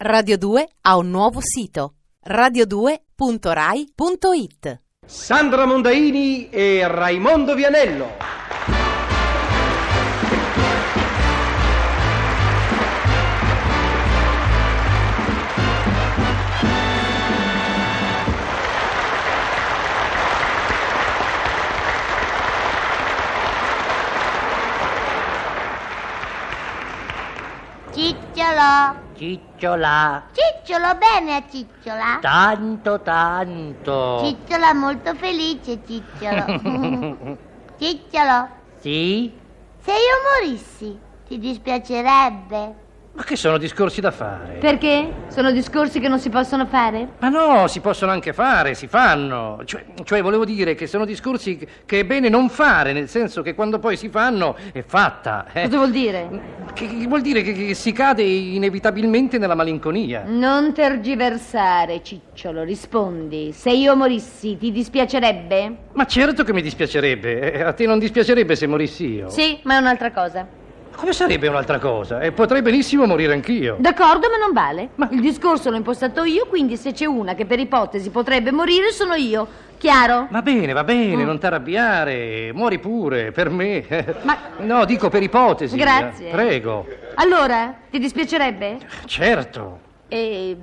Radio 2 ha un nuovo sito radio2.rai.it Sandra Mondaini e Raimondo Vianello. Cicciolo, Cicciola, cicciolo bene a cicciola. tanto tanto. Cicciola molto felice, cicciolo. cicciolo, sì? se io morissi, ti dispiacerebbe? Ma che sono discorsi da fare? Perché? Sono discorsi che non si possono fare? Ma no, si possono anche fare, si fanno. Cioè, cioè, volevo dire che sono discorsi che è bene non fare, nel senso che quando poi si fanno è fatta. eh. Cosa vuol dire? Che, che vuol dire che, che si cade inevitabilmente nella malinconia. Non tergiversare, Cicciolo, rispondi. Se io morissi, ti dispiacerebbe? Ma certo che mi dispiacerebbe. eh, A te non dispiacerebbe se morissi io. Sì, ma è un'altra cosa. Come sarebbe un'altra cosa? E potrei benissimo morire anch'io. D'accordo, ma non vale. Ma- Il discorso l'ho impostato io, quindi se c'è una che per ipotesi potrebbe morire, sono io. Chiaro? Va bene, va bene, non t'arrabbiare, muori pure, per me. Ma- No, dico per ipotesi. Grazie. eh, Prego. Allora, ti dispiacerebbe? Certo. E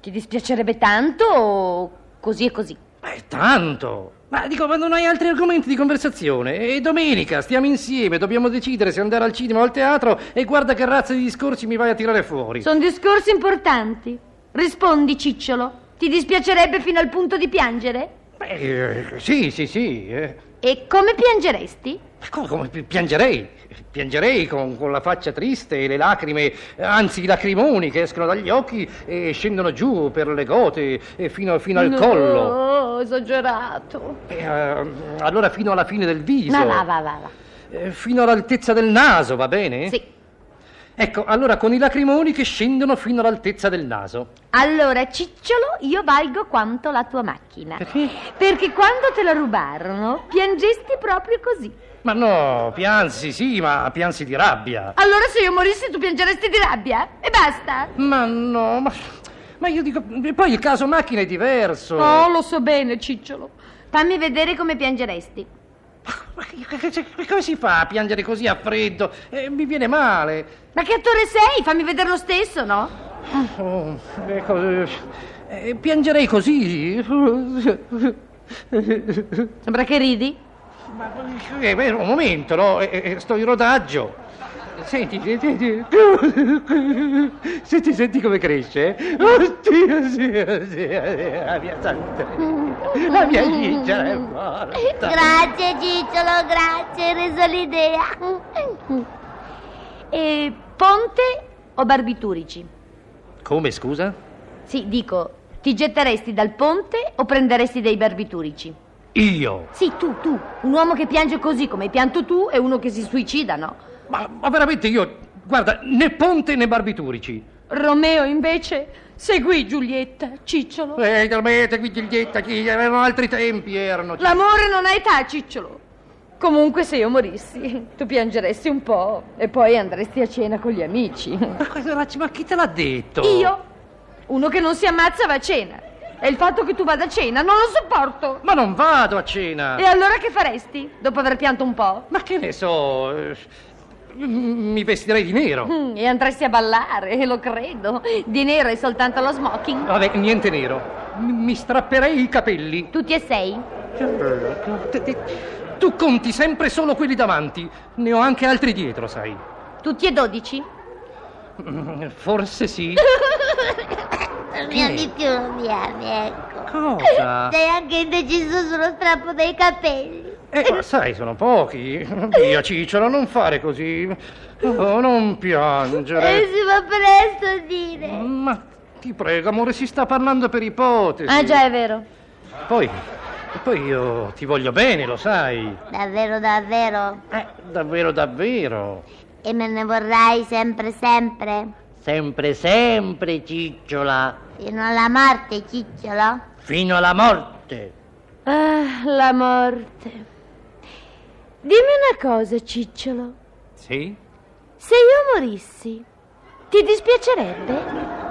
ti dispiacerebbe tanto o così e così? Ma è tanto. Ma dico, ma non hai altri argomenti di conversazione? E domenica stiamo insieme, dobbiamo decidere se andare al cinema o al teatro e guarda che razza di discorsi mi vai a tirare fuori. Sono discorsi importanti. Rispondi, Cicciolo. Ti dispiacerebbe fino al punto di piangere? Beh, eh, sì, sì, sì. eh. E come piangeresti? Ma Come, come pi- piangerei? Piangerei con, con la faccia triste e le lacrime, eh, anzi i lacrimoni che escono dagli occhi e scendono giù per le gote e fino, fino al collo. No, Oh, esagerato. E, eh, allora fino alla fine del viso. Ma va, va, va, va. Eh, fino all'altezza del naso, va bene? Sì. Ecco, allora con i lacrimoni che scendono fino all'altezza del naso. Allora, Cicciolo, io valgo quanto la tua macchina. Perché? Perché quando te la rubarono, piangesti proprio così. Ma no, piansi, sì, ma piansi di rabbia. Allora se io morissi tu piangeresti di rabbia? eh? E basta. Ma no, ma, ma io dico... e Poi il caso macchina è diverso. Oh, lo so bene, Cicciolo. Fammi vedere come piangeresti. Ma che- che- che- come si fa a piangere così a freddo? Eh, mi viene male. Ma che attore sei? Fammi vedere lo stesso, no? Oh, ecco, eh, eh, piangerei così. Eh, Sembra che ridi. Ma eh, beh, un momento, no? Eh, eh, sto in rodaggio. Senti, senti, senti, senti come cresce. eh? Oddio, sì, sì, la mia santeria, la mia ciccia è morta. Grazie, cicciolo, grazie, hai reso l'idea. E ponte o barbiturici? Come, scusa? Sì, dico, ti getteresti dal ponte o prenderesti dei barbiturici? Io? Sì, tu, tu, un uomo che piange così come hai pianto tu e uno che si suicida, no? Ma, ma veramente io, guarda, né ponte né barbiturici. Romeo invece seguì Giulietta, cicciolo. Eh, dormete, qui Giglietta, chi- erano altri tempi, erano. L'amore non ha età, cicciolo. Comunque se io morissi, tu piangeresti un po' e poi andresti a cena con gli amici. Ma, cosa- ma- ma chi te l'ha detto? Io? Uno che non si ammazza va a cena. E il fatto che tu vada a cena non lo sopporto. Ma non vado a cena. E allora che faresti dopo aver pianto un po'? Ma che ne so, eh, m- mi vestirei di nero. Mm, E andresti a ballare, e lo credo. Di nero è soltanto lo smoking. Vabbè, niente nero. M- mi strapperei i capelli. Tutti e sei? Te- te- Tu conti sempre solo quelli davanti, ne ho anche altri dietro, sai. Tutti e dodici? Mm, Forse sì. Non mi ami più, non mi ami, ecco. Cosa? Sei anche indeciso sullo strappo dei capelli. Eh, ma sai, sono pochi. Via, Cicciolo, non fare così. Oh, non E piangere. Eh, si va presto a dire. Ma ti prego, amore, si sta parlando per ipotesi. Eh. Ah, già, è vero. Poi, poi io ti voglio bene, lo sai. Davvero, davvero. Eh, davvero, davvero. E me ne vorrai sempre, sempre. Sempre, sempre, cicciola, Fino alla morte, cicciolo. fino alla morte. Ah, la morte. Dimmi una cosa, Cicciolo. Sì? Se io morissi, ti dispiacerebbe?